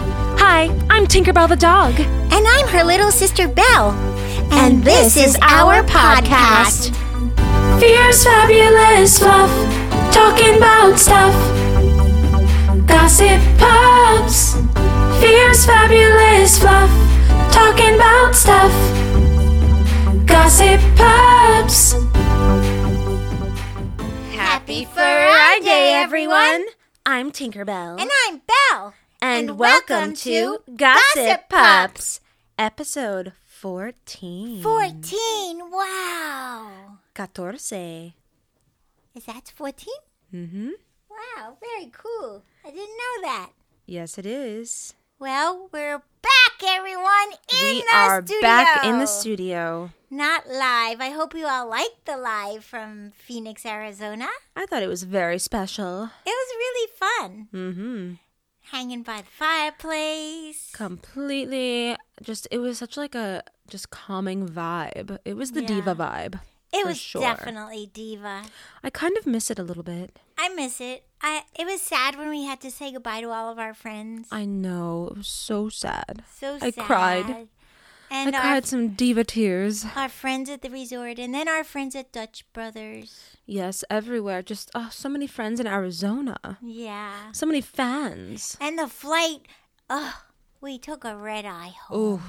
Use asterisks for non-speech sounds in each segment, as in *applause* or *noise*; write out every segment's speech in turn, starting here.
Hi, I'm Tinkerbell the dog. And I'm her little sister, Belle. And, this, is our podcast. Fierce, fabulous fluff, talking about stuff. Gossip pups. Fierce, fabulous fluff, talking about stuff. Gossip pups. Happy Friday, everyone. I'm Tinkerbell. And I'm Belle. And, And welcome, welcome to to Gossip Gossip Pups, episode 14. 14. Wow. 14. Is that 14? Mm-hmm. Wow, very cool. I didn't know that. Yes, it is. Well, we're back, everyone, in we the are back in the studio. studio. Not live. I hope you all liked the live from Phoenix, Arizona. I thought it was very special. It was really fun. Mm-hmm. Hanging by the fireplace. Completely just it was such like a just calming vibe. It was the Yeah. diva vibe. It for was sure. definitely diva. I kind of miss it a little bit. I miss it. I it was sad when we had to say goodbye to all of our friends. I know. It was so sad. so I sad. cried. And I our, cried some diva tears. our friends at the resort and then our friends at Dutch Brothers. Yes, everywhere. Just oh, so many friends in Arizona. Yeah. So many fans. And the flight. Ugh. We took a red eye home. Ooh,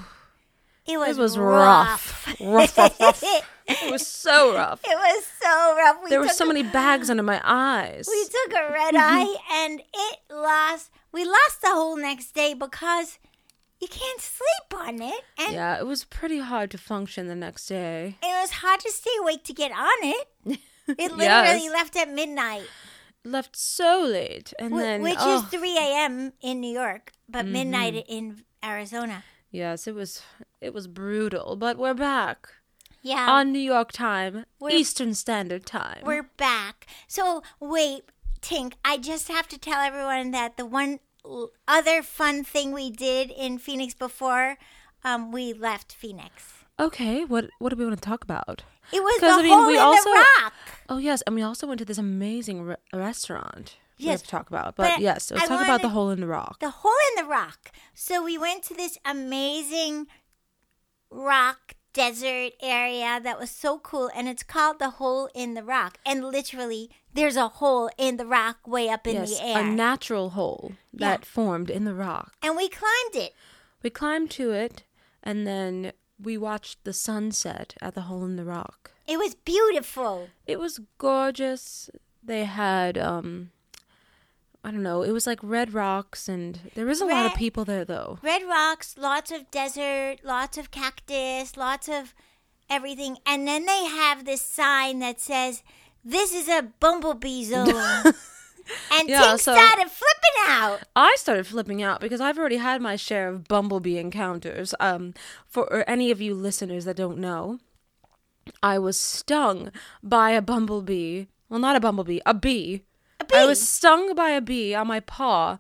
It was, it was rough. *laughs* rough. rough, rough, rough. It was so rough. It was so rough. We there were took so a- many Mm-hmm. bags under my eyes. We took a red eye and it lost. We lost the whole next day because you can't sleep on it, and yeah, it was pretty hard to function the next day. it was hard to stay awake to get on *laughs* it. It literally Yes. left at midnight, Left so late, and wh- then which oh, Mm-hmm. is 3 a.m. in New York, but midnight in Arizona. yes, it was it was brutal. But we're back Yeah, on New York time, We're- Eastern Standard Time. we're back. So wait, Tink, I just have to tell everyone that the one l- other fun thing we did in Phoenix before um, we left Phoenix. okay. What what do we want to talk about? It was the 'Cause, I mean, hole we in also- the rock. Oh yes, and we also went to this amazing re- restaurant. we Yes, have to talk about. But, but yes, let's I talk about the wanted- hole in the rock. The hole in the rock. So we went to this amazing rock desert area that was so cool, and it's called the hole in the rock. And literally, there's a hole in the rock way up in yes, the air, a natural hole Yeah. that formed in the rock. and we climbed it. We climbed to it, and then we watched the sunset at the hole in the rock. It was beautiful. It was gorgeous. They had, um, I don't know, it was like red rocks, and there is a lot of Red- people there though. Red rocks, lots of desert, lots of cactus, lots of everything. And then they have this sign that says, This is a *laughs* bumblebee zone. and Yeah, Tink so- started flipping out. I started flipping out because I've already had my share of bumblebee encounters. Um, for or any of you listeners that don't know, I was stung by a bumblebee. Well, not a bumblebee, a bee. I was stung by a bee on my paw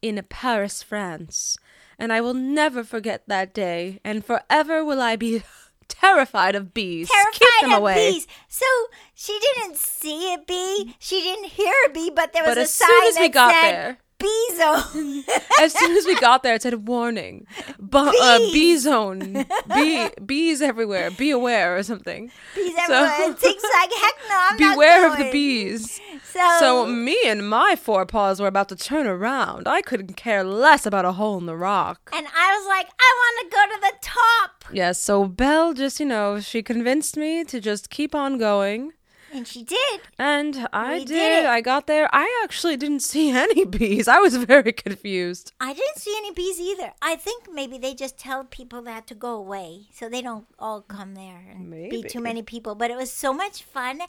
in Paris, France. And I will never forget that day. And forever will I be *laughs* terrified of bees. Keep Terrified them of away. bees. So she didn't see a bee. She didn't hear a bee, but there was But a as sign soon as that we got said, there- Bee zone. As soon as we got there, it said warning. Bu- Uh, bee zone. *laughs* Bee, bees everywhere. Be aware or something. *laughs* Bees So- *laughs* everywhere. And Tink's like, heck no, I'm not Beware of the going." bees. So, So me and my forepaws were about to turn around. I couldn't care less about a hole in the rock. and I was like, I want to go to the top. Yes, so Belle just, you know, she convinced me to just keep on going. And she did. And I We did. did it. I got there. I actually didn't see *laughs* any bees. I was very confused. I didn't see any bees either. I think maybe they just tell people that to go away so they don't all come there and be Maybe. too many people. But it was so much fun.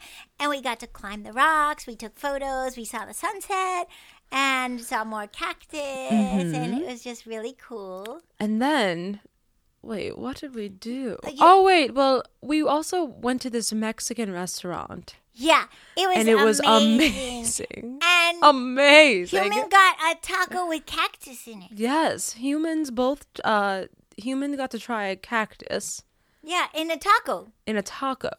And we got to climb the rocks, we took photos, we saw the sunset, and saw more cactus. And Mm-hmm. it was just really cool. And then, wait, what did we do? Uh, you- Oh, wait. Well, we also went to this Mexican restaurant. Yeah, it was and it was amazing. amazing. Oh, And Amazing. human got a taco with cactus in it. Yes, humans both, uh, human got to try a cactus Yeah, in a taco. in a taco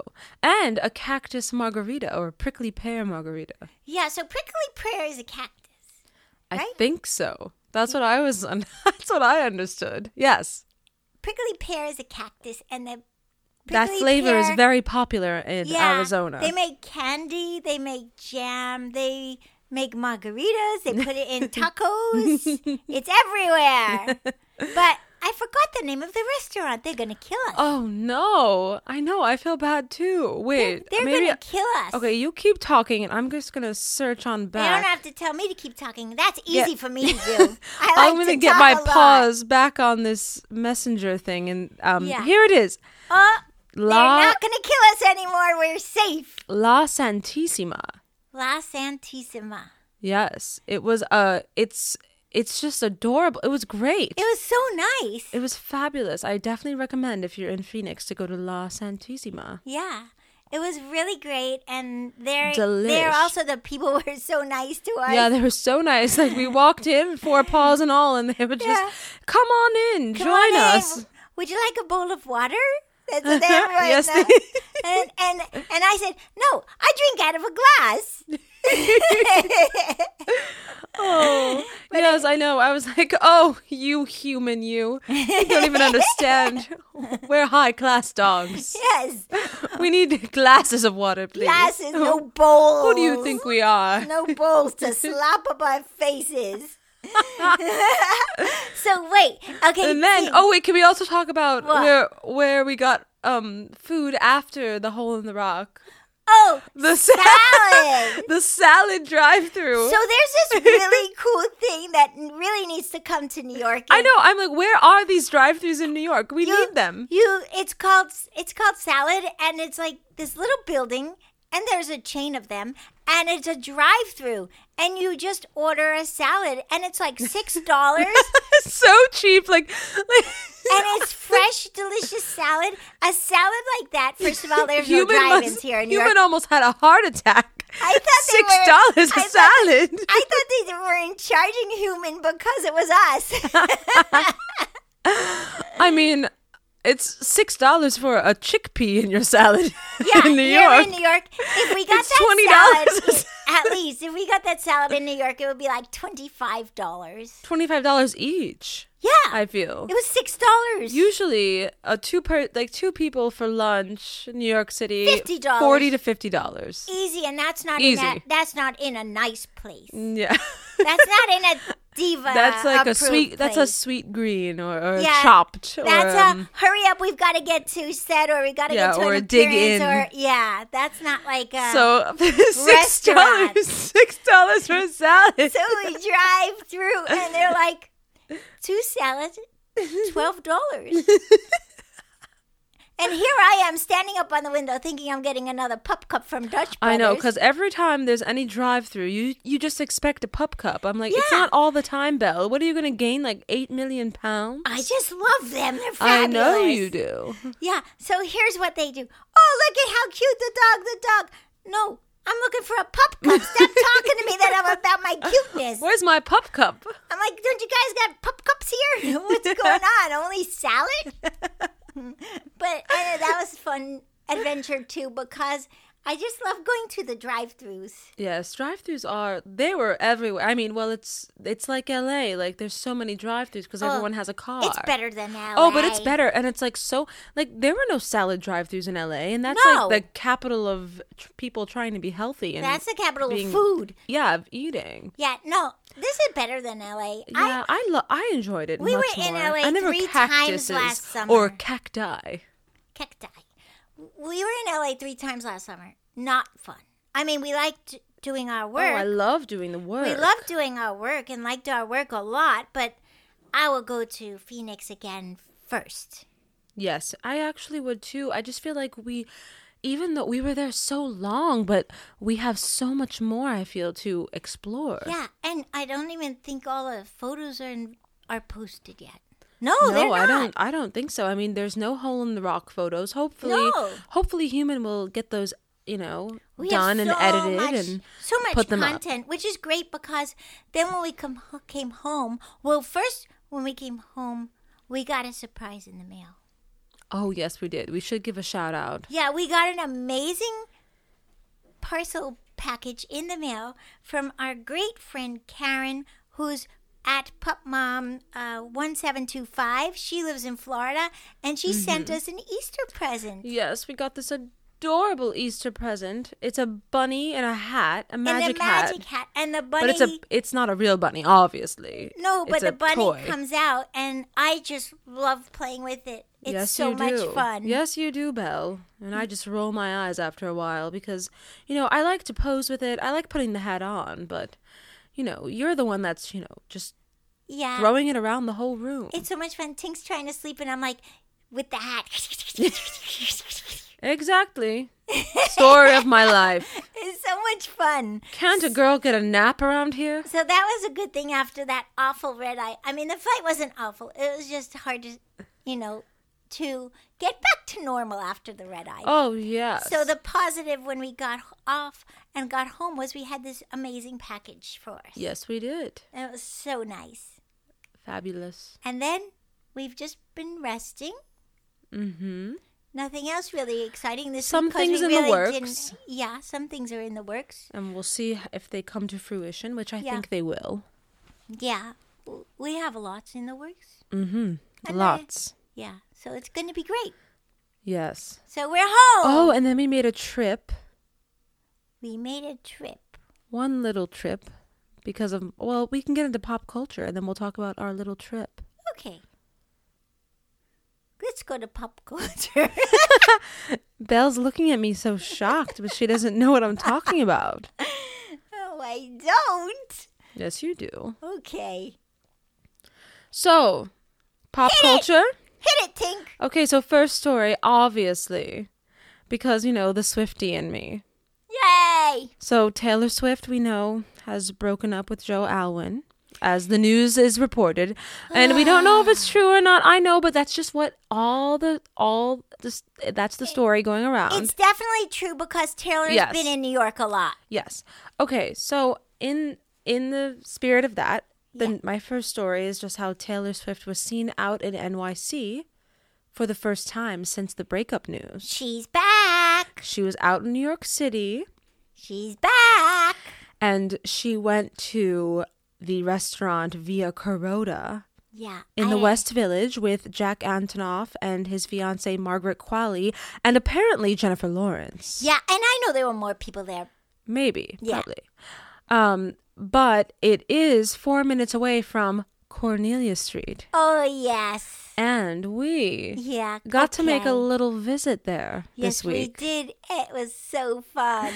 and a cactus margarita or prickly pear margarita. Yeah, so prickly pear is a cactus. I Right? think so. That's what I was. Un- *laughs* that's what I understood. Yes, Prickly pear is a cactus, and the that prickly flavor is pear- very popular in Arizona. They make candy, they make jam, they make margaritas, they put it *laughs* in tacos. it's everywhere. But I forgot the name of the restaurant. They're going to kill us. oh no! I know. I feel bad too. Wait, They're maybe. going to kill us. okay, you keep talking, and I'm just gonna search on They don't back. have to tell me to keep talking. That's Yeah. easy for me to do. I *laughs* like I'm gonna to get talk my a lot. paws back on this messenger thing, and um, Yeah. here it is. Oh, they're La not going to kill us anymore. We're safe. La Santissima. La Santissima. Yes, it was. Uh, it's it's just adorable. It was great. It was so nice. It was fabulous. I definitely recommend if you're in Phoenix to go to La Santissima. Yeah. It was really great and they're they're Delish. also the people *laughs* were so nice to us. Yeah, they were so nice. Like we walked in, four paws and all, and they were just, Yeah. "Come on in, Come join on in. us." Would you like a bowl of water? That's *laughs* what they have right yes, now. they- *laughs* and, and and I said, No, I drink out of a glass. *laughs* oh, *laughs* yes, I know. I was like, "Oh, you human, you! You don't even understand. *laughs* We're high class dogs. Yes. We need glasses of water, please. Glasses, no bowls. Oh. *laughs* Who do you think we are?" *laughs* no bowls *laughs* to slap up our faces. so wait, okay. And then, see- oh wait, can we also talk about What? where where we got um food after the hole in the rock? oh, The sa- salad. *laughs* the salad drive-through. So there's this really cool thing that really needs to come to New York. I know. I'm like, where are these drive-throughs in New York? We You- need them. *laughs* You, it's called it's called Salad, and it's like this little building, and there's a chain of them, and it's a drive-through, and you just order a salad, and it's *laughs* like six dollars, so cheap, like, like and it's fresh, delicious salad. A salad like that, first of *laughs* all, there's no human drive-ins must- here in New human York. almost had a heart attack. I thought they *laughs* six were- dollars a I thought- salad. I thought they weren't charging human because it was us. I mean, it's six dollars for a chickpea in your salad *laughs* Yeah, *laughs* in New here York. in New York, if we got It's that $20 a salad, at least if we got that salad in New York, it would be like twenty five dollars. Twenty-five dollars each. Yeah, I feel. it was six dollars. Usually, a two per like two people for lunch in New York City, $50. forty to fifty dollars. Easy, and that's not Easy. in a that's not in a nice place. Yeah, *laughs* That's not in a diva. that's like a approved sweet. That's a place. sweet green or, or Yeah, chopped. That's or, um, a hurry up. We've got to get to set, or we got to Yeah, get to or an a dig appearance, in. or yeah. That's not like a so *laughs* six dollars. Six dollars for a salad. So we drive through, and they're like, two salads, twelve dollars. and here I am standing up on the window, thinking I'm getting another pup cup from Dutch Brothers. *laughs* I know, because every time there's any drive-through, you you just expect a pup cup. I'm like, it's Yeah. not all the time, Belle. What are you going to gain, like eight million pounds? I just love them. They're I Uh, fabulous. know you do. *laughs* Yeah. So here's what they do. Oh, look at how cute the dog. The dog. No. I'm looking for a pup *laughs* cup. Stop talking to me that I'm about my cuteness. Where's my pup cup? I'm like, don't you guys got pup cups here? *laughs* What's going on? Only salad? *laughs* but I know that was fun adventure too because I just love going to the drive-throughs. Yes, drive-throughs are they were everywhere. I mean, well, it's it's like LA. Like there's so many drive-throughs because everyone has a car. Oh, It's better than LA. Oh, but it's better, and it's like so. Like there were no salad drive-throughs in LA, and that's No. like the capital of tr- people trying to be healthy and That's the capital being- of food. yeah, of eating. Yeah, no, this is better than LA. I, Yeah, I lo- I enjoyed it. We were much in more. LA I never three times cactuses last summer. or cacti. cacti. We were in LA three times last summer. Not fun. I mean, we liked doing our Oh, work. I love doing the work. We love doing our work and liked our work a lot, but I will go to Phoenix again first. Yes, I actually would too. I just feel like we, even though we were there so long, but we have so much more, I feel, to explore. Yeah, and I don't even think all the photos are in, are posted yet. No, Oh, they're No, not. I don't. I don't think so. I mean, there's no hole in the rock photos. Hopefully, No. hopefully, human will get those, you know, We have done and so edited much- and so much put them up. content, which is great because then when we come ho- came home, well, first when we came home, we got a surprise in the mail. Oh yes, we did. We should give a shout out. Yeah, we got an amazing parcel package in the mail from our great friend Karen, who's at pupmom uh, 1725. She lives in Florida and Mm-hmm. she sent us an Easter present. Yes, we got this adorable Easter present. It's a bunny and a hat, a magic, and the magic hat. hat. And the bunny. But it's a it's not a real bunny, obviously. no, but It's the a bunny toy. comes out and I just love playing with it. It's yes, so you much do. fun. Mm. Yes, you do, Belle. And I just roll my eyes after a while because, you know, I like to pose with it. I like putting the hat on, but, you know, you're the one that's, you know, just Yeah. throwing it around the whole room. Ah. It's so much fun. Tink's trying to sleep, and I'm like, with the hat. *laughs* Exactly. Story of my life. it's so much fun. Can't a girl get a nap around here? So that was a good thing after that awful red eye. I mean, the flight wasn't awful. It was just hard to, you know, to get back to normal after the red eye. Oh, yes. So the positive when we got h- off and got home was we had this amazing package for us. Yes, we did. And it was so nice. Fabulous. And then we've just been resting. Mm-hmm. Nothing else really exciting this Some week 'cause things we in the really didn't- works. Yeah, some things are in the works. And we'll see if they come to fruition, which I Yeah. think they will. Yeah, w- we have lots in the works. Mm-hmm. And Lots. Yeah, so it's going to be great. Yes. So we're home. Oh, and then we made a trip, We made a trip. one little trip, because of, well, we can get into pop culture and then we'll talk about our little trip. Okay. Let's go to pop culture. *laughs* Belle's looking at me so shocked, but she doesn't know what I'm talking about. oh, I don't. Yes, you do. Okay. So, pop Hit it! culture. Hit it, Tink. Okay, so first story, obviously, because you know the Swifty in me. Yay. So Taylor Swift, we know, has broken up with Joe Alwyn, as the news is reported, and we don't know if it's true or not. I know, but that's just what all the all this that's the story going around. It's definitely true because Taylor's Yes. been in New York a lot. Yes. Okay. So in in the spirit of that, then my first story is just how Taylor Swift was seen out in NYC for the first time since the breakup news. She's back. She was out in New York City She's back. and she went to the restaurant Via Carota Yeah. in the I- West Village with Jack Antonoff and his fiancee Margaret Qualley and apparently Jennifer Lawrence. Yeah, and I know there were more people there. Maybe, Yeah. probably. Um, but it is four minutes away from Cornelia Street. Oh, yes. And we Yeah. got to make a okay. little visit there Yes, this week. we did. It was so fun.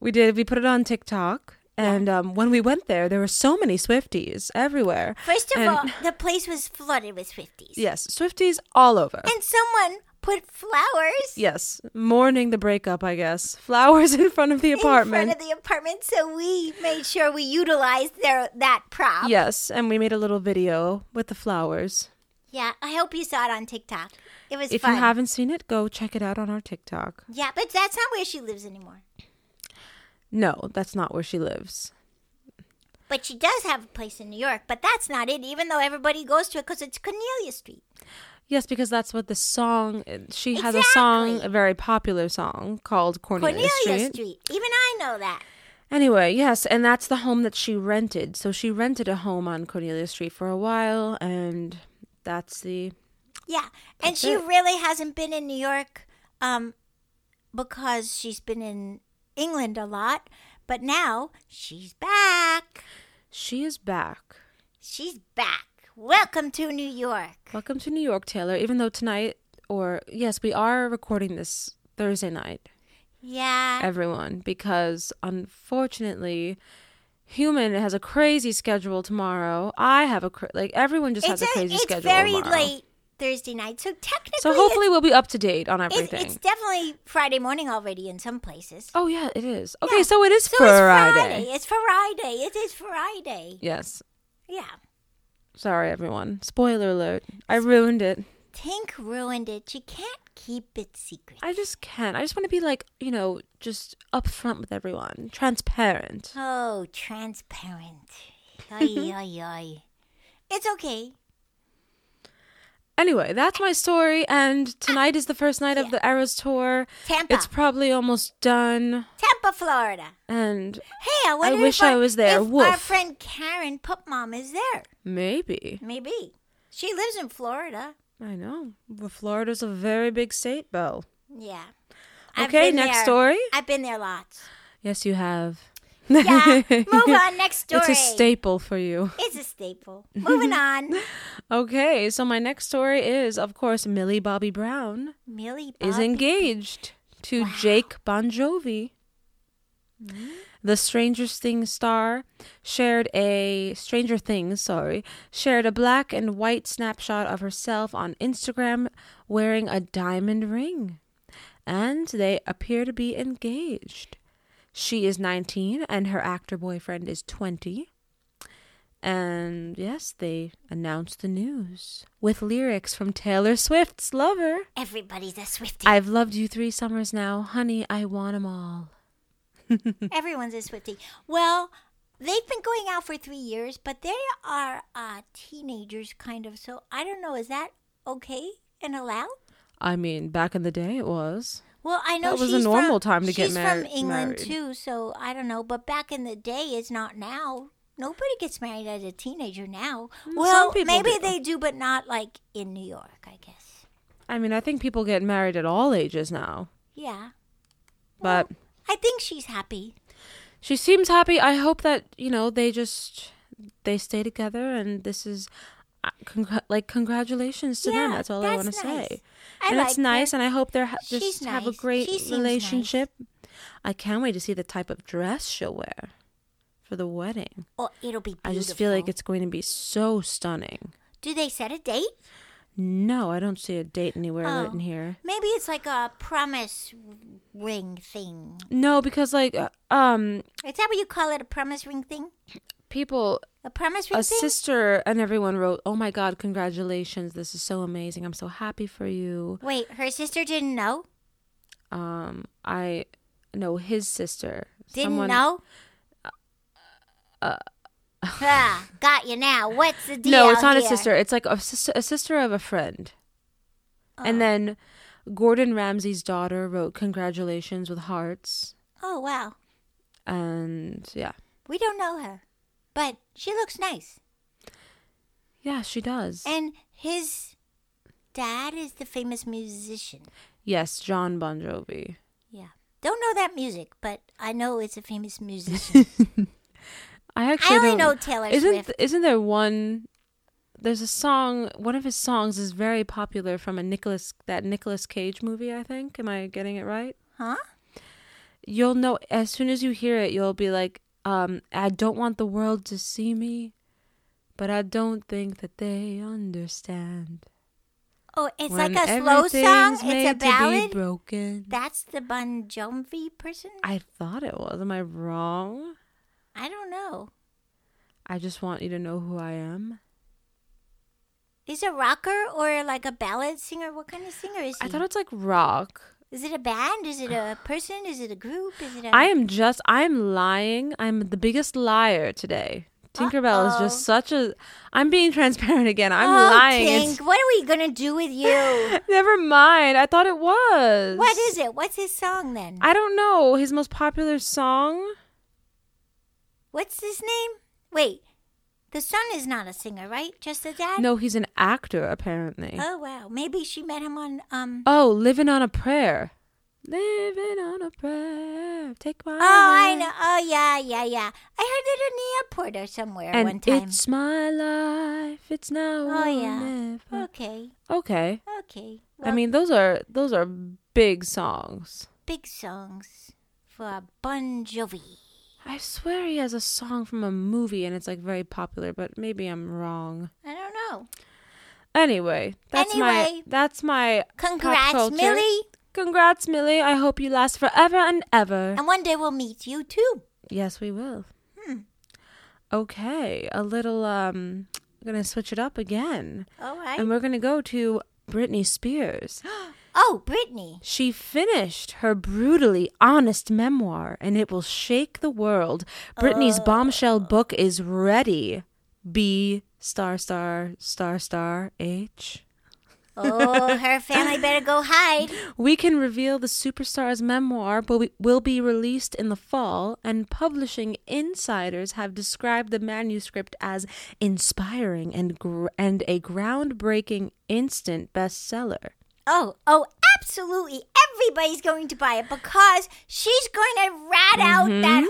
We did. We put it on TikTok. And um, when we went there, there were so many Swifties everywhere. First of And- all, the place was flooded with Swifties. Yes, Swifties all over. And someone put flowers yes, mourning the breakup, I guess. Flowers *laughs* in front of the apartment. in front of the apartment, so we made sure we utilized their that prop. yes, and we made a little video with the flowers. Yeah, I hope you saw it on TikTok. It was If fun. you haven't seen it, go check it out on our TikTok. yeah, but that's not where she lives anymore. No, that's not where she lives. But she does have a place in New York, but that's not it, even though everybody goes to it because it's Cornelia Street. Yes, because that's what the song. uh, She has a song, Exactly. a very popular song called Cornelia, Cornelia Street. Street. Even I know that. Anyway, yes, and that's the home that she rented. So she rented a home on Cornelia Street for a while, and that's the Yeah. And she it. really hasn't been in New York um, because she's been in England a lot. But now she's back. she is back. She's back. Welcome to New York. Welcome to New York, Taylor. Even though tonight, or yes, we are recording this Thursday night, Yeah. everyone, because unfortunately. Human has a crazy schedule tomorrow. I have a cra- like everyone just has It's, a a- crazy it's schedule. very tomorrow. late Thursday night. So technically, So hopefully we'll be up to date on it's, everything. it's, it's definitely Friday morning already in some places. oh yeah, it is. Okay, Yeah. so it is So it's Friday. Friday. It's Friday. It is Friday. Yes. Yeah. Sorry everyone. Spoiler alert. I ruined it. Tink ruined it. She can't keep it secret. I just can't. I just want to be like, you know, just upfront with everyone. Transparent. Oh, *laughs* transparent. Ay, ay, ay. It's okay. Anyway, that's my story, and tonight is the first night of the Eras tour. Tampa. It's probably almost done, Tampa, Florida. and Hey, I wonder wish if our, I was there. If our Woof. friend Karen Pupmom is there. maybe Maybe. She lives in Florida. I know. Well, Florida's a very big state, Belle. Yeah. Okay, been next there. story? I've been there lots. Yes, you have. *laughs* Yeah. Move on. Next story. It's a staple for you. It's a staple. *laughs* Moving on. Okay, so my next story is, of course, Millie Bobby Brown Millie is Bobby. engaged to Jake Bon Jovi. The Stranger Things star shared a Stranger Things, sorry, shared a black and white snapshot of herself on Instagram wearing a diamond ring, and they appear to be engaged. She is 19 and her actor boyfriend is 20. And yes, they announced the news with lyrics from Taylor Swift's Lover. Everybody's a Swifty. I've loved you three summers now. Honey, I want 'em all. Everyone's a Swifty. Well, they've been going out for three years, but they are uh, teenagers, kind of. So I don't know. Is that okay and allowed? I mean, back in the day it was. Well, I know That was a she's normal from, time to get she's mar- from England married. too, so I don't know. But back in the day, it's not now. Nobody gets married as a teenager now. Well, Mm, people maybe do. they do, but not like in New York, I guess. I mean, I think people get married at all ages now. Yeah, But I think she's happy. she seems happy. I hope that, you know, they just they stay together and this is uh, congr- like congratulations to them. Yeah, That's all I that's want to nice. say. I and like it's her. nice and I hope they ha- She's just have a nice. great She seems nice. relationship. I can't wait to see the type of dress she'll wear for the wedding. Oh, it'll be. Beautiful. I just feel like it's going to be so stunning. Do they set a date? No, I don't see a date anywhere Oh. written here. Maybe it's like a promise ring thing. No, because like uh, um Is that what you call it? A promise ring thing? people A promise ring a thing? sister and everyone wrote, "Oh my god, congratulations. This is so amazing. I'm so happy for you." Wait, her sister didn't know. Um I no, his sister. Didn't Someone- Uh, know? *laughs* ah, got you now. What's the deal? No, it's not here? a sister. It's like a sister a sister of a friend. Oh. And then Gordon Ramsay's daughter wrote congratulations with hearts Oh, wow. and yeah. We don't know her, but she looks nice. Yeah, she does. And his dad is the famous musician. yes, John Bon Jovi. Yeah. Don't know that music, but I know it's a *laughs* famous musician. I actually only don't- know Taylor isn't, Swift. Isn't there one? There's a song. One of his songs is very popular from a Nicholas that Nicholas Cage movie. I think. Am I getting it right? huh? You'll know as soon as you hear it. You'll be like, um, I don't want the world to see me, but I don't think that they understand. Oh, it's When like a slow song. everything's It's a made to be ballad. broken. That's the Bon Jovi person? I thought it was. Am I wrong? I don't know. I just want you to know who I am. Is a rocker or like a ballad singer? What kind of singer is he? I thought it's like rock. Is it a band? Is it a person? Is it a group? Is it a I am just I'm lying. I'm the biggest liar today. Tinkerbell is just such a I'm being transparent again. I'm oh, lying. It's- Tink, what are we gonna do *laughs* with you? never mind. I thought it was. what is it? What's his song then? I don't know. His most popular song? What's his name? Wait, the son is not a singer, right? Just the dad. No, he's an actor apparently. Oh wow, maybe she met him on um. oh, Living on a Prayer. Living on a prayer. Take my Oh, I hand. know. Oh yeah, yeah, yeah. I heard it in the airport or somewhere And one time. it's my life. It's now Oh or yeah. never. Okay, Okay. okay. uh, I Well, mean, those are those are big songs. big songs for Bon Jovi. I swear he has a song from a movie and it's like very popular, but maybe I'm wrong. I don't know. Anyway, that's my Anyway. that's my pop Congrats, culture. Millie. Congrats, Millie. I hope you last forever and ever. And one day we'll meet you too. Yes, we will. Okay, a little um I'm going to switch it up again. All right. And we're going to go to Britney Spears. oh, Brittany. She finished her brutally honest memoir, and it will shake the world. Britney's bombshell book is ready. B star star star star H. *laughs* Oh, her family better go hide. We can reveal the superstar's memoir will be, will be released in the fall, and publishing insiders have described the manuscript as inspiring and gr- and a groundbreaking instant bestseller. Oh, oh, absolutely. Everybody's going to buy it because she's going to rat out Mm-hmm. that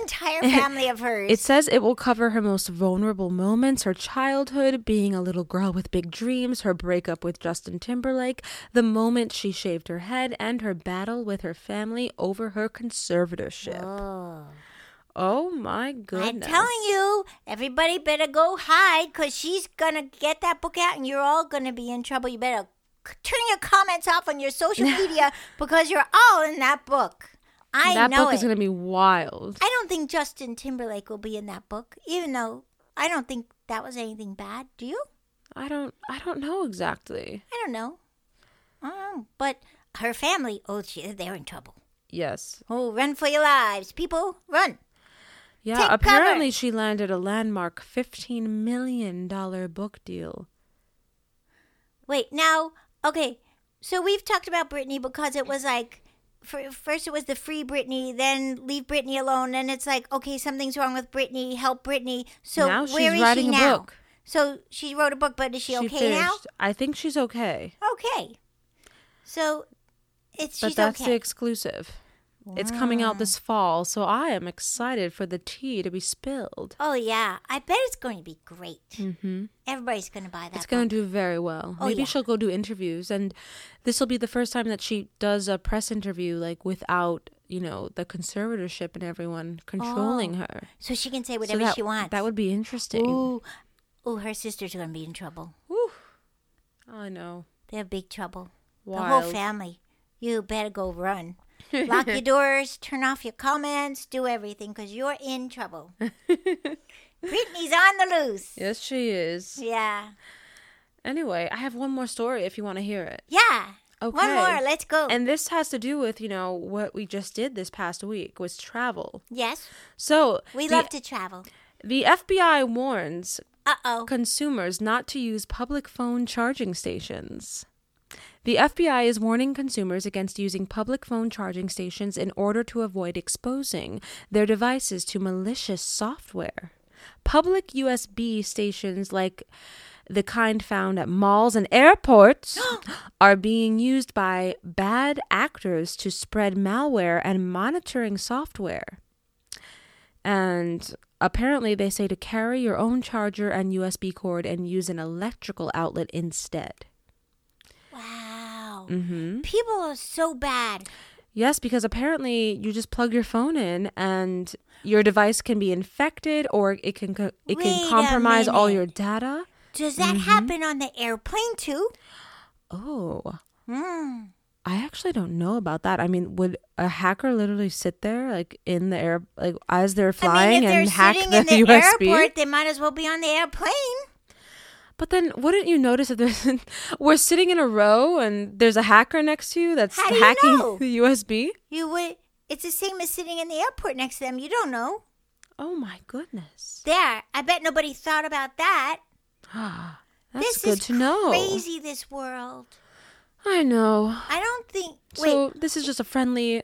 *laughs* entire family of hers. It says it will cover her most vulnerable moments, her childhood, being a little girl with big dreams, her breakup with Justin Timberlake, the moment she shaved her head, and her battle with her family over her conservatorship. Oh, my I'm goodness. telling you, everybody better go hide because she's going to get that book out and you're all going to be in trouble. You better c- turn your comments off on *laughs* your social media because you're all in that book. I that know book it. is going to be wild. I don't think Justin Timberlake will be in that book, even though I don't think that was anything bad. Do you? I don't I don't know exactly. I don't know. I don't know. But her family, oh, she, they're in trouble. Yes. Oh, run for your lives, people. Run. Yeah, Take cover. apparently she landed a landmark 15 million dollar book deal. Wait, now, okay. So we've talked about Britney because it was like, for, first it was the free Britney, then leave Britney alone. And it's like, okay, something's wrong with Britney. Help Britney. So Now where is she's writing she a now? book. So she wrote a book, but is she, okay now? finished. I think she's okay. Okay. So it's But she's that's okay. the exclusive. It's coming out this fall, so I am excited for the tea to be spilled. oh yeah, I bet it's going to be great. Hmm. Mm-hmm. Everybody's going to buy that. It's going to do very well. Oh, Maybe yeah. she'll go do interviews, and this will be the first time that she does a press interview, like without you know the conservatorship and everyone controlling her. book. so she can say So Oh, whatever that, she wants. That would be interesting. Ooh, ooh, her sister's going to be in trouble. Whew. I know. They have big trouble. The whole Wild. family. You better go run. Lock your doors, turn off your comments, do everything because you're in trouble. Britney's on the loose. *laughs* Yes, she is. Yeah. Anyway, I have one more story if you want to hear it. Yeah. One Okay. more. Let's go. And this has to do with, you know, what we just did this past week was travel. yes. So We the, love to travel. the FBI warns Uh oh. consumers not to use public phone charging stations. The FBI is warning consumers against using public phone charging stations in order to avoid exposing their devices to malicious software. Public USB stations like the kind found at malls and airports are being used by bad actors to spread malware and monitoring software. And apparently, they say to carry your own charger and USB cord and use an electrical outlet instead. Wow. Mm-hmm. People are so bad. Yes, because apparently you just plug your phone in and your device can be infected or it can co- it Wait can a compromise all minute. your data. Does that Mm-hmm. happen on the airplane too? Oh, Mm. I actually don't know about that. I mean, would a hacker literally sit there like in the air like as they're I flying mean, if and they're hack sitting the, *laughs* in the USB? airport, they might as well be on the airplane. But then, wouldn't you notice if there's *laughs* we're sitting in a row and there's a hacker next to you that's How do you hacking know? the USB? You would. It's the same as sitting in the airport next to them. You don't know. Oh my goodness! There, I bet nobody thought about that. Ah, *gasps* that's this good is to know. Crazy, this world. I know. I don't think. So wait, this is just a friendly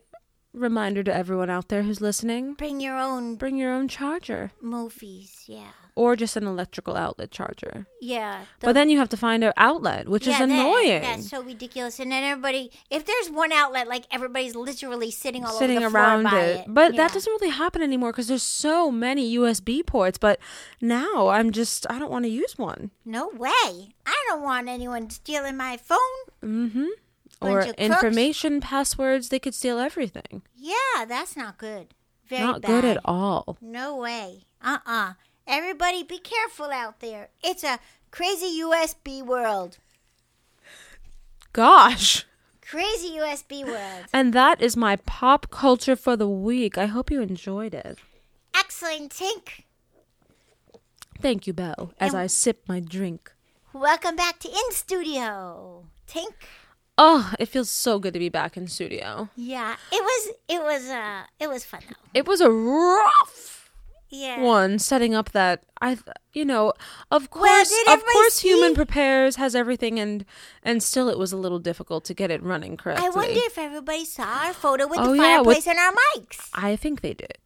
reminder to everyone out there who's listening: bring your own bring your own charger movies. Yeah, or just an electrical outlet charger. yeah. but then you have to find an outlet, which is yeah, that- annoying. that's so ridiculous. And then everybody, if there's one outlet, like everybody's literally sitting all sitting over the around floor by it. it. But that Yeah. doesn't really happen anymore because there's so many USB ports. But now I'm just I don't want to use one. No way. I don't want anyone stealing my phone. Mm-hmm. Bunch or of crooks. information passwords. They could steal everything. Yeah, that's not good. Very Not bad. good at all. No way. Uh uh Everybody be careful out there. It's a crazy USB world. Gosh. Crazy *laughs* USB world. And that is my pop culture for the week. I hope you enjoyed it. Excellent, Tink. Thank you, Belle, as And- I sip my drink. Welcome back to In Studio. Tink. Oh, it feels so good to be back in studio. Yeah, it was it was uh it was fun though. It was a rough Yeah. one setting up that I, th- you know, of Well, course, did of everybody course, human see- prepares has everything, and and still it was a little difficult to get it running correctly. I wonder if everybody saw our photo with Oh, the yeah, with- fireplace and our mics. I think they did.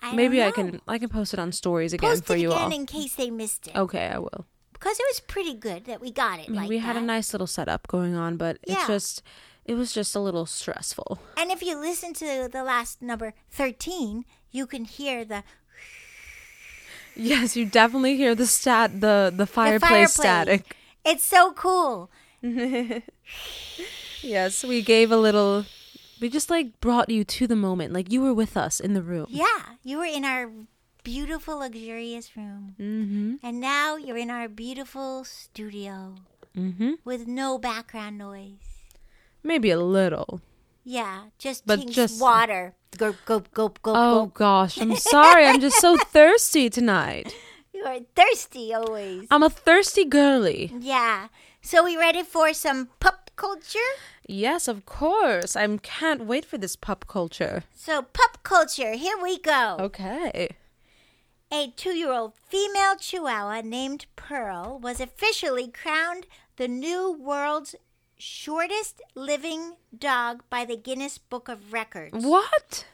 I don't Maybe I know. can I can post it on stories again post for it you again all. Oh, in case they missed it Okay, I will. because it was pretty good that we got it. I mean, like we had a that. nice little setup going on, but Yeah. it's just it was just a little stressful. *laughs* And if you listen to the last number 13, you can hear the Yes, you definitely hear the stat the the fireplace, fireplace. static. It's so cool. Yes, we gave a little we just like brought you to the moment. Like you were with us in the room. Yeah, you were in our beautiful, luxurious room. Mhm. And now you're in our beautiful studio Mhm. with no background noise. Maybe a little. Yeah, just But Ting's just- water. Go, go, go, go, Oh go. gosh, *laughs* I'm sorry. I'm just so thirsty tonight. You are thirsty always. I'm a thirsty girly. Yeah. So we ready for some pup culture? Yes, of course. I can't wait for this pop culture. So pup culture, here we go. Okay. A two year old female chihuahua named Pearl was officially crowned the new world's shortest living dog by the Guinness Book of Records. What?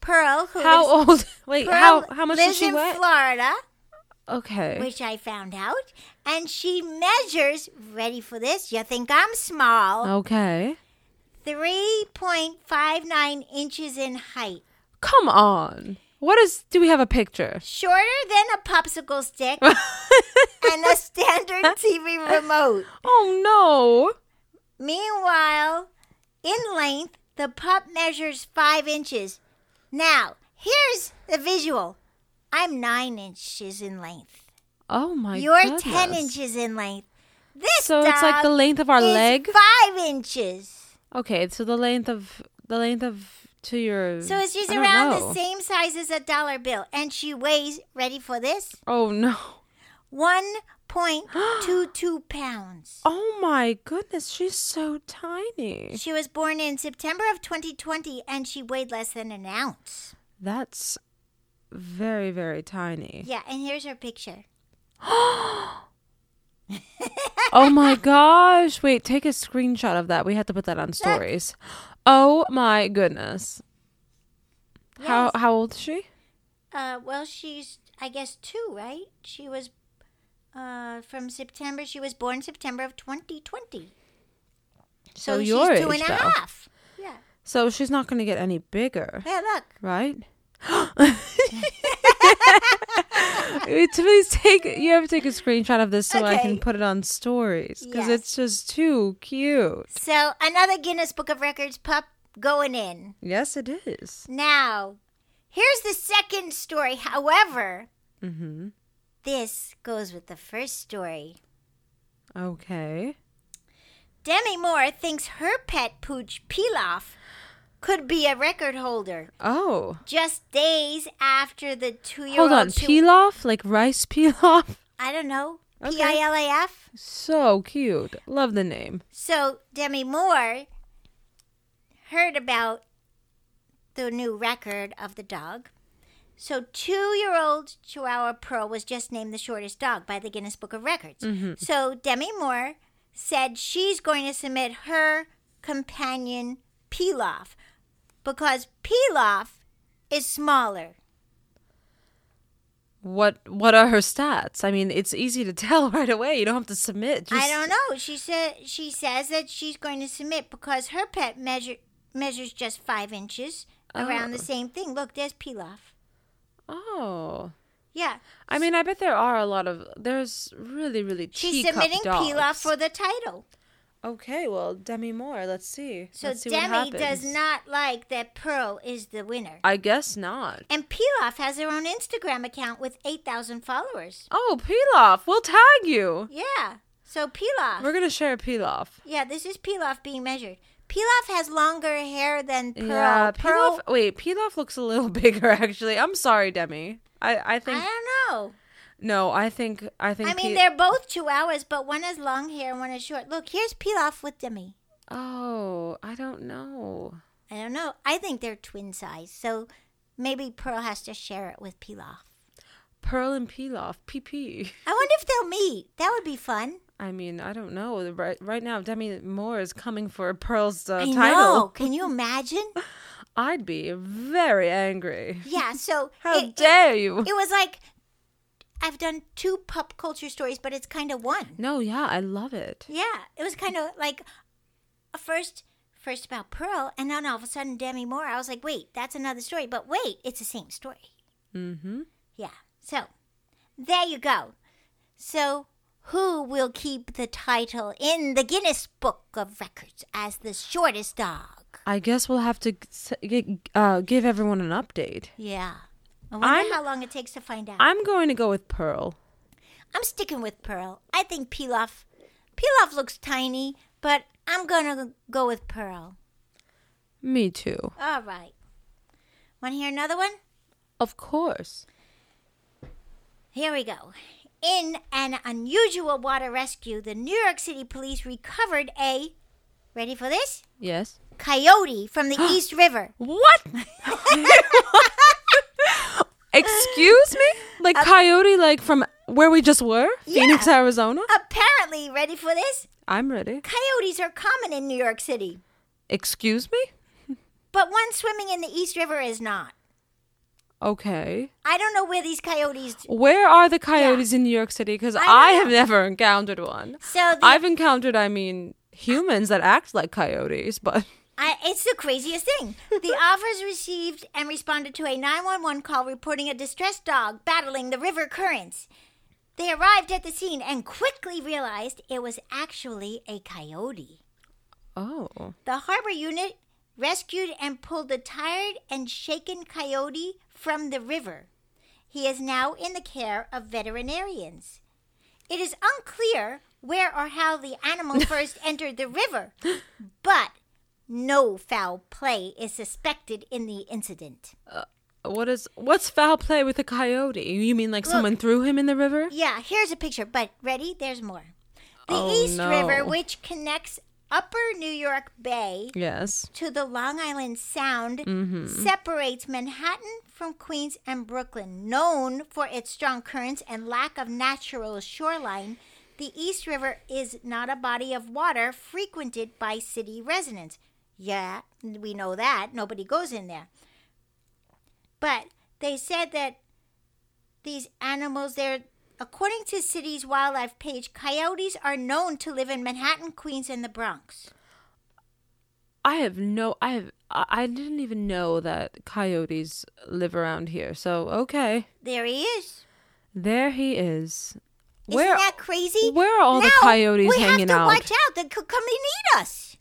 Pearl, who How lives, old? *laughs* Wait, Pearl how how much lives does she in weigh? Florida, okay. which I found out, and she measures, ready for this, you think I'm Oh. small, Okay. 3.59 inches in height. Come on. What is? Do we have a picture? *laughs* Shorter than a popsicle stick and a standard TV remote. oh Meanwhile, in length, the pup measures five inches. Now, here's the visual. I'm nine inches in length. no! Oh my! You're goodness. ten inches in length. This So it's like the dog length of our is leg. Five inches. Okay, so the length of the length of to your. So it's just Mm. I don't around know. the same size as a dollar bill, and she weighs. Ready for this? Oh no! One point two *gasps* two pounds. Oh my goodness! She's so tiny. She was born in September of 2020, and she weighed less than an ounce. *laughs* That's very very tiny. Yeah, and here's her picture. Oh my gosh! Wait, take a screenshot of that. We have to put that on stories. Oh my goodness! How Yes. how old is she? Uh, well, she's I guess two, right? She was uh, from September. She was born September of 2020. So, she's your two age, and a half. Oh, though. Yeah. So she's not going to get any bigger, Hey, look. *laughs* right? *laughs* Please take you have to take a screenshot of this so I can Okay. put it on stories because Yes. it's just too cute. So another Guinness Book of Records pup going in. Yes, it is. Now, here's the second story. However, Mhm. this goes with the first story. Okay. Demi Moore thinks her pet pooch Pilaf could be a record holder. Oh, Just days after the two-year-old hold on. chi- Pilaf, like rice pilaf. I don't know. Okay. P I L A F. So cute. Love the name. So Demi Moore heard about the new record of the dog. So two-year-old Chihuahua Pearl was just named the shortest dog by the Guinness Book of Records. So Demi Moore said she's going to submit her companion Pilaf because Pilaf is smaller. What What are her stats? I mean, it's easy to *laughs* tell right away. You don't have to submit. Just, I don't know. She said she says that she's going to submit because her pet measure measures just five inches around the same thing. Look, there's Pilaf. Oh. Yeah, I mean, I bet there are a lot of there's really really she's teacup submitting dogs. Pilaf for the title. Okay, well, Demi Moore. Let's see. So Let's see what Demi does happens. not like that Pearl is the winner. I guess not. And Pilaf has her own Instagram account with eight thousand followers. Oh, Pilaf, we'll tag you. Yeah, so Pilaf. We're gonna share Pilaf. yeah, this is Pilaf being measured. Pilaf has longer hair than Pearl. yeah, Pearl. Pilaf. Wait, Pilaf looks a little *laughs* bigger actually. I'm sorry, Demi. I I think I don't know. no. I think I think. I Pi- mean, they're both chihuahuas, but one has long hair and one is short. Look, here's Pilaf with Demi. Oh, I don't know. I don't know. I think they're twin size. So Maybe Pearl has to share it with Pilaf. Pearl and Pilaf, PP. I wonder if they'll meet. That would be fun. I mean, I don't know. Right, right now, Demi Moore is coming for Pearl's uh, I title. know. Can you imagine? I'd be very angry. *laughs* Yeah. So How it, it, dare you? it was like I've done two pop culture stories, but it's kind of one. no, yeah, I love it. Yeah. It was kind of like a first first about Pearl, and then all of a sudden Demi Moore. I was like, wait, that's another story. But wait, it's the same story. Mm-hmm. Yeah. So there you go. So who will keep the title in the Guinness Book of Records as the shortest dog? I guess we'll have to g- s- g- uh, give everyone an update. Yeah. I wonder I'm- how long it takes to find out. I'm, I'm going to go with Pearl. sticking with Pearl. I think Pilaf. Pilaf looks tiny, but I'm gonna go with Pearl. Me too. All right. Want to hear another one? Of course. Here we go. In an unusual water rescue, the New York City police recovered a. Ready for this? Yes. Coyote from the East River. What? *laughs* Excuse me? Like coyote, like from where we just were, Phoenix, Arizona. Apparently, ready for this? I'm ready. Coyotes are common in New York City, Excuse me? but one swimming in the East River is not. Okay. I don't know where these coyotes. Where are the coyotes in New York City? Because I, don't have know. never encountered one. So the, I've encountered, I mean, humans that act like coyotes, but *laughs* I, it's the craziest thing. The officers received and responded to a 911 call reporting a distressed dog battling the river currents. They arrived at the scene and quickly realized it was actually a coyote. oh, The harbor unit rescued and pulled the tired and shaken coyote from the river. He is now in the care of veterinarians. It is unclear where or how the *laughs* animal first entered the river, but no foul play is suspected in the incident. what is what's foul play with a coyote? You mean like someone threw him in the river? Yeah, here's a picture, but ready? There's more. The Oh, East no. River, which connects Upper New York Bay Yes. to the Long Island Sound separates Manhattan from Queens and Brooklyn. Known for its strong currents and lack of natural shoreline, the East River is not a body of water frequented by city residents. Yeah, we know that. Nobody goes in there. But they said that these animals there according to city's wildlife page coyotes are known to live in manhattan queens and the bronx I have no I have I I didn't even know that coyotes live around here. So, okay. there he is There he is. Isn't Where that crazy? where are all the Now coyotes we hanging have to out? watch out. They could come and eat us.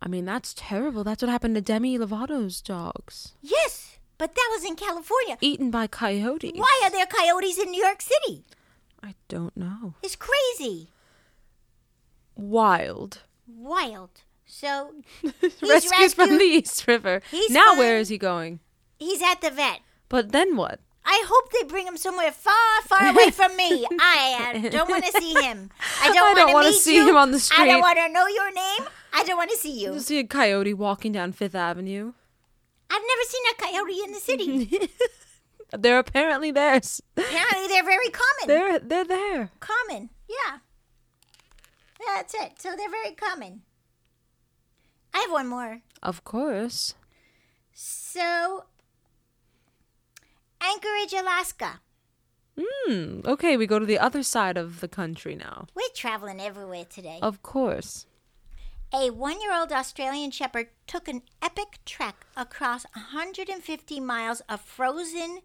I mean, that's terrible. That's what happened to Demi Lovato's dogs. Yes, but that was in California. Eaten by coyotes. Why are there coyotes in New York City? I don't know. It's crazy. Wild. Wild. So *laughs* Rescued from rescued- the East River. He's now where fine. is he going? he's at the vet. But then what? I hope they bring him somewhere far, far away from me. I uh, don't want to see him. *laughs* I I don't, don't want wanna to meet see you. him on the I street. don't want to know your name. I don't want to see you. *laughs* You see a coyote walking down Fifth Avenue. I've never seen a coyote in the city. *laughs* They're apparently theirs. *laughs* Apparently, they're very common. They're they're there. common. Yeah. That's it. So they're very common. I have one more. Of course. So, Anchorage, Alaska. Hmm. Okay, we go to the other side of the country now. We're traveling everywhere today. Of course. A one year old Australian shepherd took an epic trek across 150 miles of frozen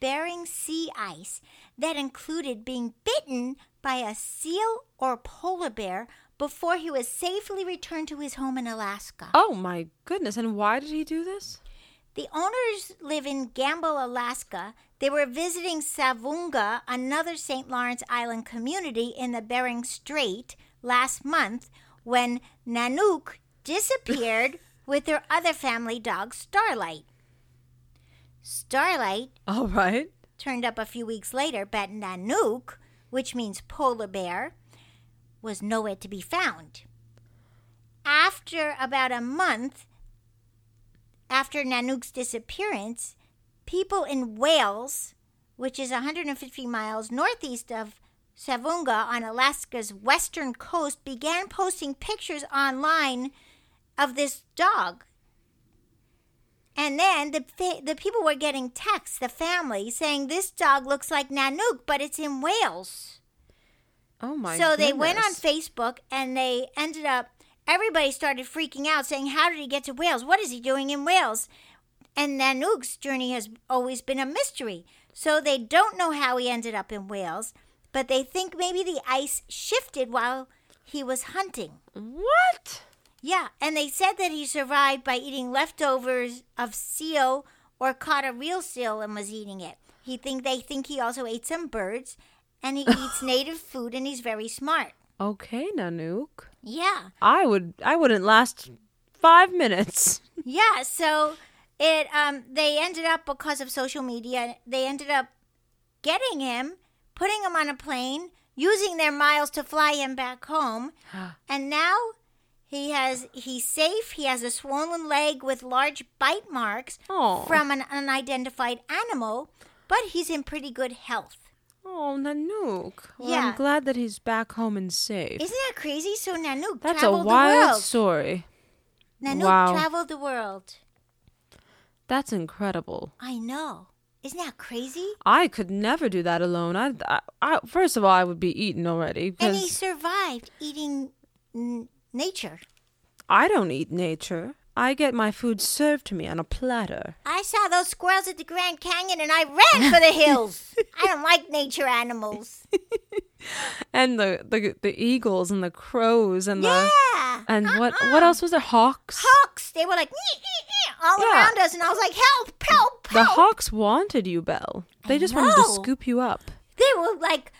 Bering Sea ice that included being bitten by a seal or polar bear before he was safely returned to his home in Alaska. Oh my goodness! And why did he do this? The owners live in Gamble, Alaska. They were visiting Savunga, another St. Lawrence Island community in the Bering Strait, last month when Nanook disappeared with their other family dog, Starlight. Starlight *laughs* All right. turned up a few weeks later, but Nanook, which means polar bear, was nowhere to be found. After about a month after Nanook's disappearance, people in Wales, which is 150 miles northeast of Savunga on Alaska's western coast, began posting pictures online of this dog. And then the fa- the people were getting texts, the family saying this dog looks like Nanook, but it's in Wales. Oh my. so they went on goodness. Facebook and they ended up everybody started freaking out saying how did he get to Wales? What is he doing in Wales? And Nanook's journey has always been a mystery. So they don't know how he ended up in Wales, but they think maybe the ice shifted while he was hunting. What? Yeah, and they said that he survived by eating leftovers of seal or caught a real seal and was eating it. He think they think he also ate some birds and he eats native food and he's very smart. Okay, Nanook. Yeah. I would. I wouldn't last five *laughs* minutes. Yeah, so it um they ended up because of social media, they ended up getting him, putting him on a plane, using their miles to fly him back home. And now he has he's safe. He has a swollen leg with large bite marks Oh. from an unidentified animal, but he's in pretty good health. Oh, Nanook. Well, Yeah. I'm glad that he's back home and safe. Isn't that crazy? So Nanook That's a traveled the wild world. story. Nanook Wow. traveled the world. That's incredible. I know. Isn't that crazy? I could never do that alone. I, I, I first of all, I would be eaten already And he because survived eating n- nature. I don't eat nature. I get my food served to me on a platter. I saw those squirrels at the Grand Canyon and I ran for *laughs* the hills. I don't like nature animals. and the, the the eagles and the crows and the Yeah. Uh-uh. and what what else was there hawks Hawks, they were like "Ee, ee, ee," all Yeah. around us, and I was like, help, help, help. the hawks wanted you belle they just wanted to know. scoop you up They were like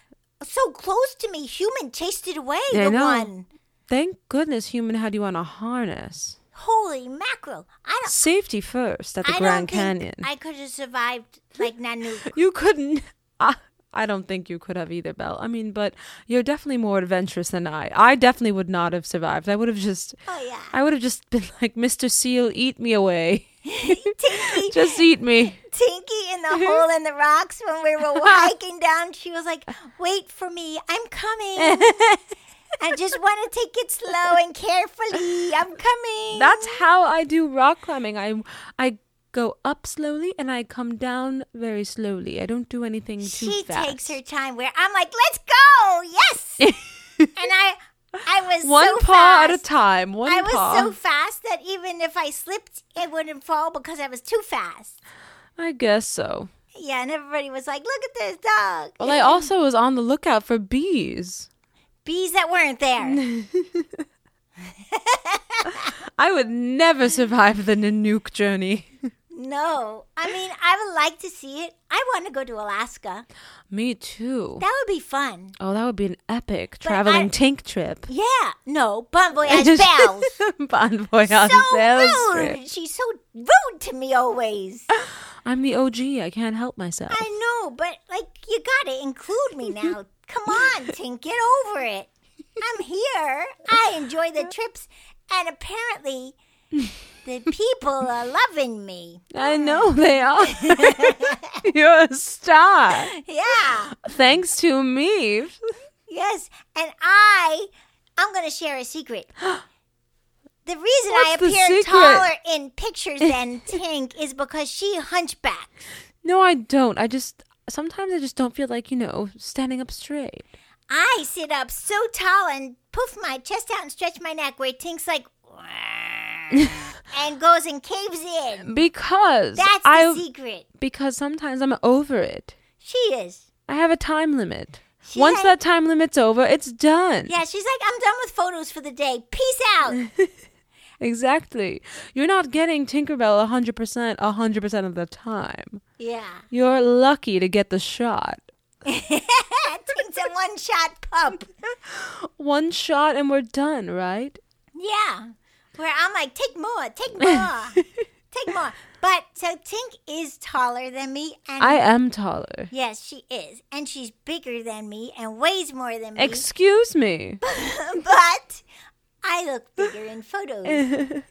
so close to me. Human chased it away, I the know. one. thank goodness human had you on a harness Holy mackerel. I don't, safety first at the I grand don't think canyon I could have survived *laughs* like Nanook. you couldn't I, I don't think you could have either belle i mean but you're definitely more adventurous than i i definitely would not have survived i would have just Oh, yeah. i would have just been like mr seal eat me *laughs* away Tinky. *laughs* just eat me Tinky in the Mhm. hole in the rocks when *laughs* we were hiking down. She was like, "Wait for me, I'm *laughs* coming. I just want to take it slow and carefully. I'm coming." That's how I do rock climbing. I I go up slowly and I come down very slowly. I don't do anything too she fast. takes her time. Where I'm like, "Let's go!" Yes, and I, I was *laughs* one so paw fast. at a time. One I was paw. so fast that even if I slipped, it wouldn't fall because I was too fast. I guess so. Yeah, and everybody was like, "Look at this dog." Well, I also was on the lookout for bees. Bees that weren't there. I would never survive the Nanook journey. *laughs* no, I mean, I would like to see it. I want to go to Alaska. Me too. That would be fun. Oh, that would be an epic I- traveling tank trip. Yeah. No, *laughs* Bon Voyage Bells. Bon voyage, So Belle's trip. rude. She's so rude to me always. I'm the OG. I can't help myself. I know, but like you gotta include me now. Come on, Tink, get over it. I'm here. I enjoy the trips, and apparently, the people are loving me. I know they are. *laughs* You're a star. Yeah. Thanks to me. Yes, and I, I'm going to share *gasps* a secret. The reason I What's the appear secret? taller in *laughs* pictures than Tink is because she hunchback. No, I don't. I just sometimes I just don't feel like, you know, standing up straight. I sit up so tall and poof my chest out and stretch my neck, where Tink's *laughs* like, and goes and caves in. Because That's the I secret. because sometimes I'm over it. She is. I have a time limit. She Once had- that time limit's over, it's done. Yeah, she's like, I'm done with photos for the day. Peace *laughs* out. Exactly. You're not getting Tinkerbell 100% 100% of the time. yeah. *laughs* You're lucky to get the shot. Tink's a one shot pup. One shot and we're done, right? Yeah, where I'm like, take more, *laughs* take more, take more. But so Tink is taller than me, and I uh, am taller. yes, she is, and she's bigger than me and weighs more than me. Excuse me. *laughs* but I look bigger *laughs* in photos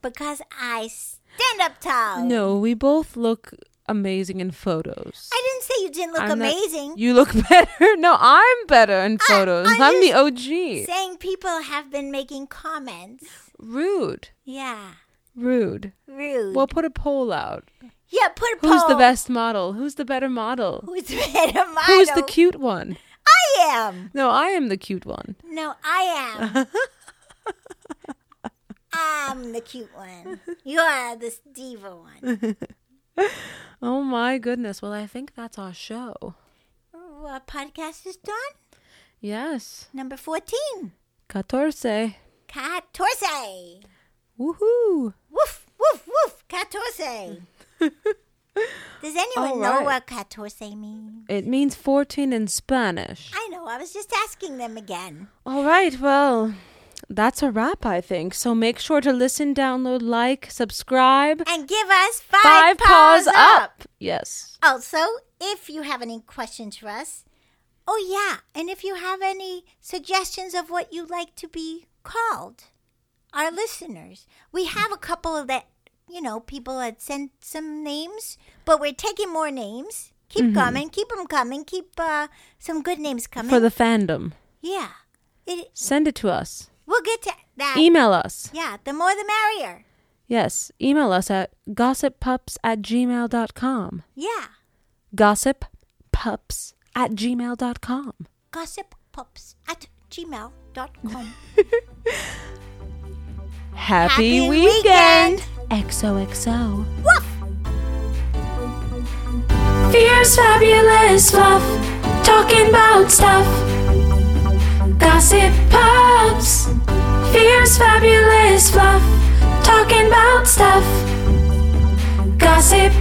because I stand up tall. No, we both look amazing in photos. I didn't say you didn't look I'm not- amazing. you look *laughs* better. No, I'm better in photos. I'm I'm, the just OG. Saying people have been making comments. Rude. Yeah. Rude. Rude. Well, put a poll out. yeah, put a Who's the poll. best model? Who's the better model? Who's the better model? Who's the cute one? I am. No, I am the cute one. No, I am. *laughs* I'm the cute one. You're the diva one. Oh my goodness. Well, I think that's our show. Our podcast is done. Yes. Number 14. 14. Catorce. Woohoo. Woof, woof, woof. Catorce. Does anyone All know right. what catorce means? It means 14 in Spanish. I know. I was just asking them again. All right, well, that's a wrap, I think. So make sure to listen, download, like, subscribe. And give us five, Five paws, up. Yes. Also, if you have any questions for us, oh yeah, and if you have any suggestions of what you'd like to be called, our listeners, we have a couple that you know people had sent some names, but we're taking more names. Keep Mm-hmm. coming, keep them coming, keep uh, some good names coming. For the fandom. yeah, it, Send it to us. we'll get to that. Email us. yeah, the more the merrier. Yes. Email us at gossippups at gmail.com. Yeah, Gossippups at gmail.com. gossippups at gmail.com. Happy, Happy weekend. XOXO. Woof! Fierce, fabulous fluff, talking about stuff. Gossip pups. Fierce, fabulous fluff, talking about stuff. Gossip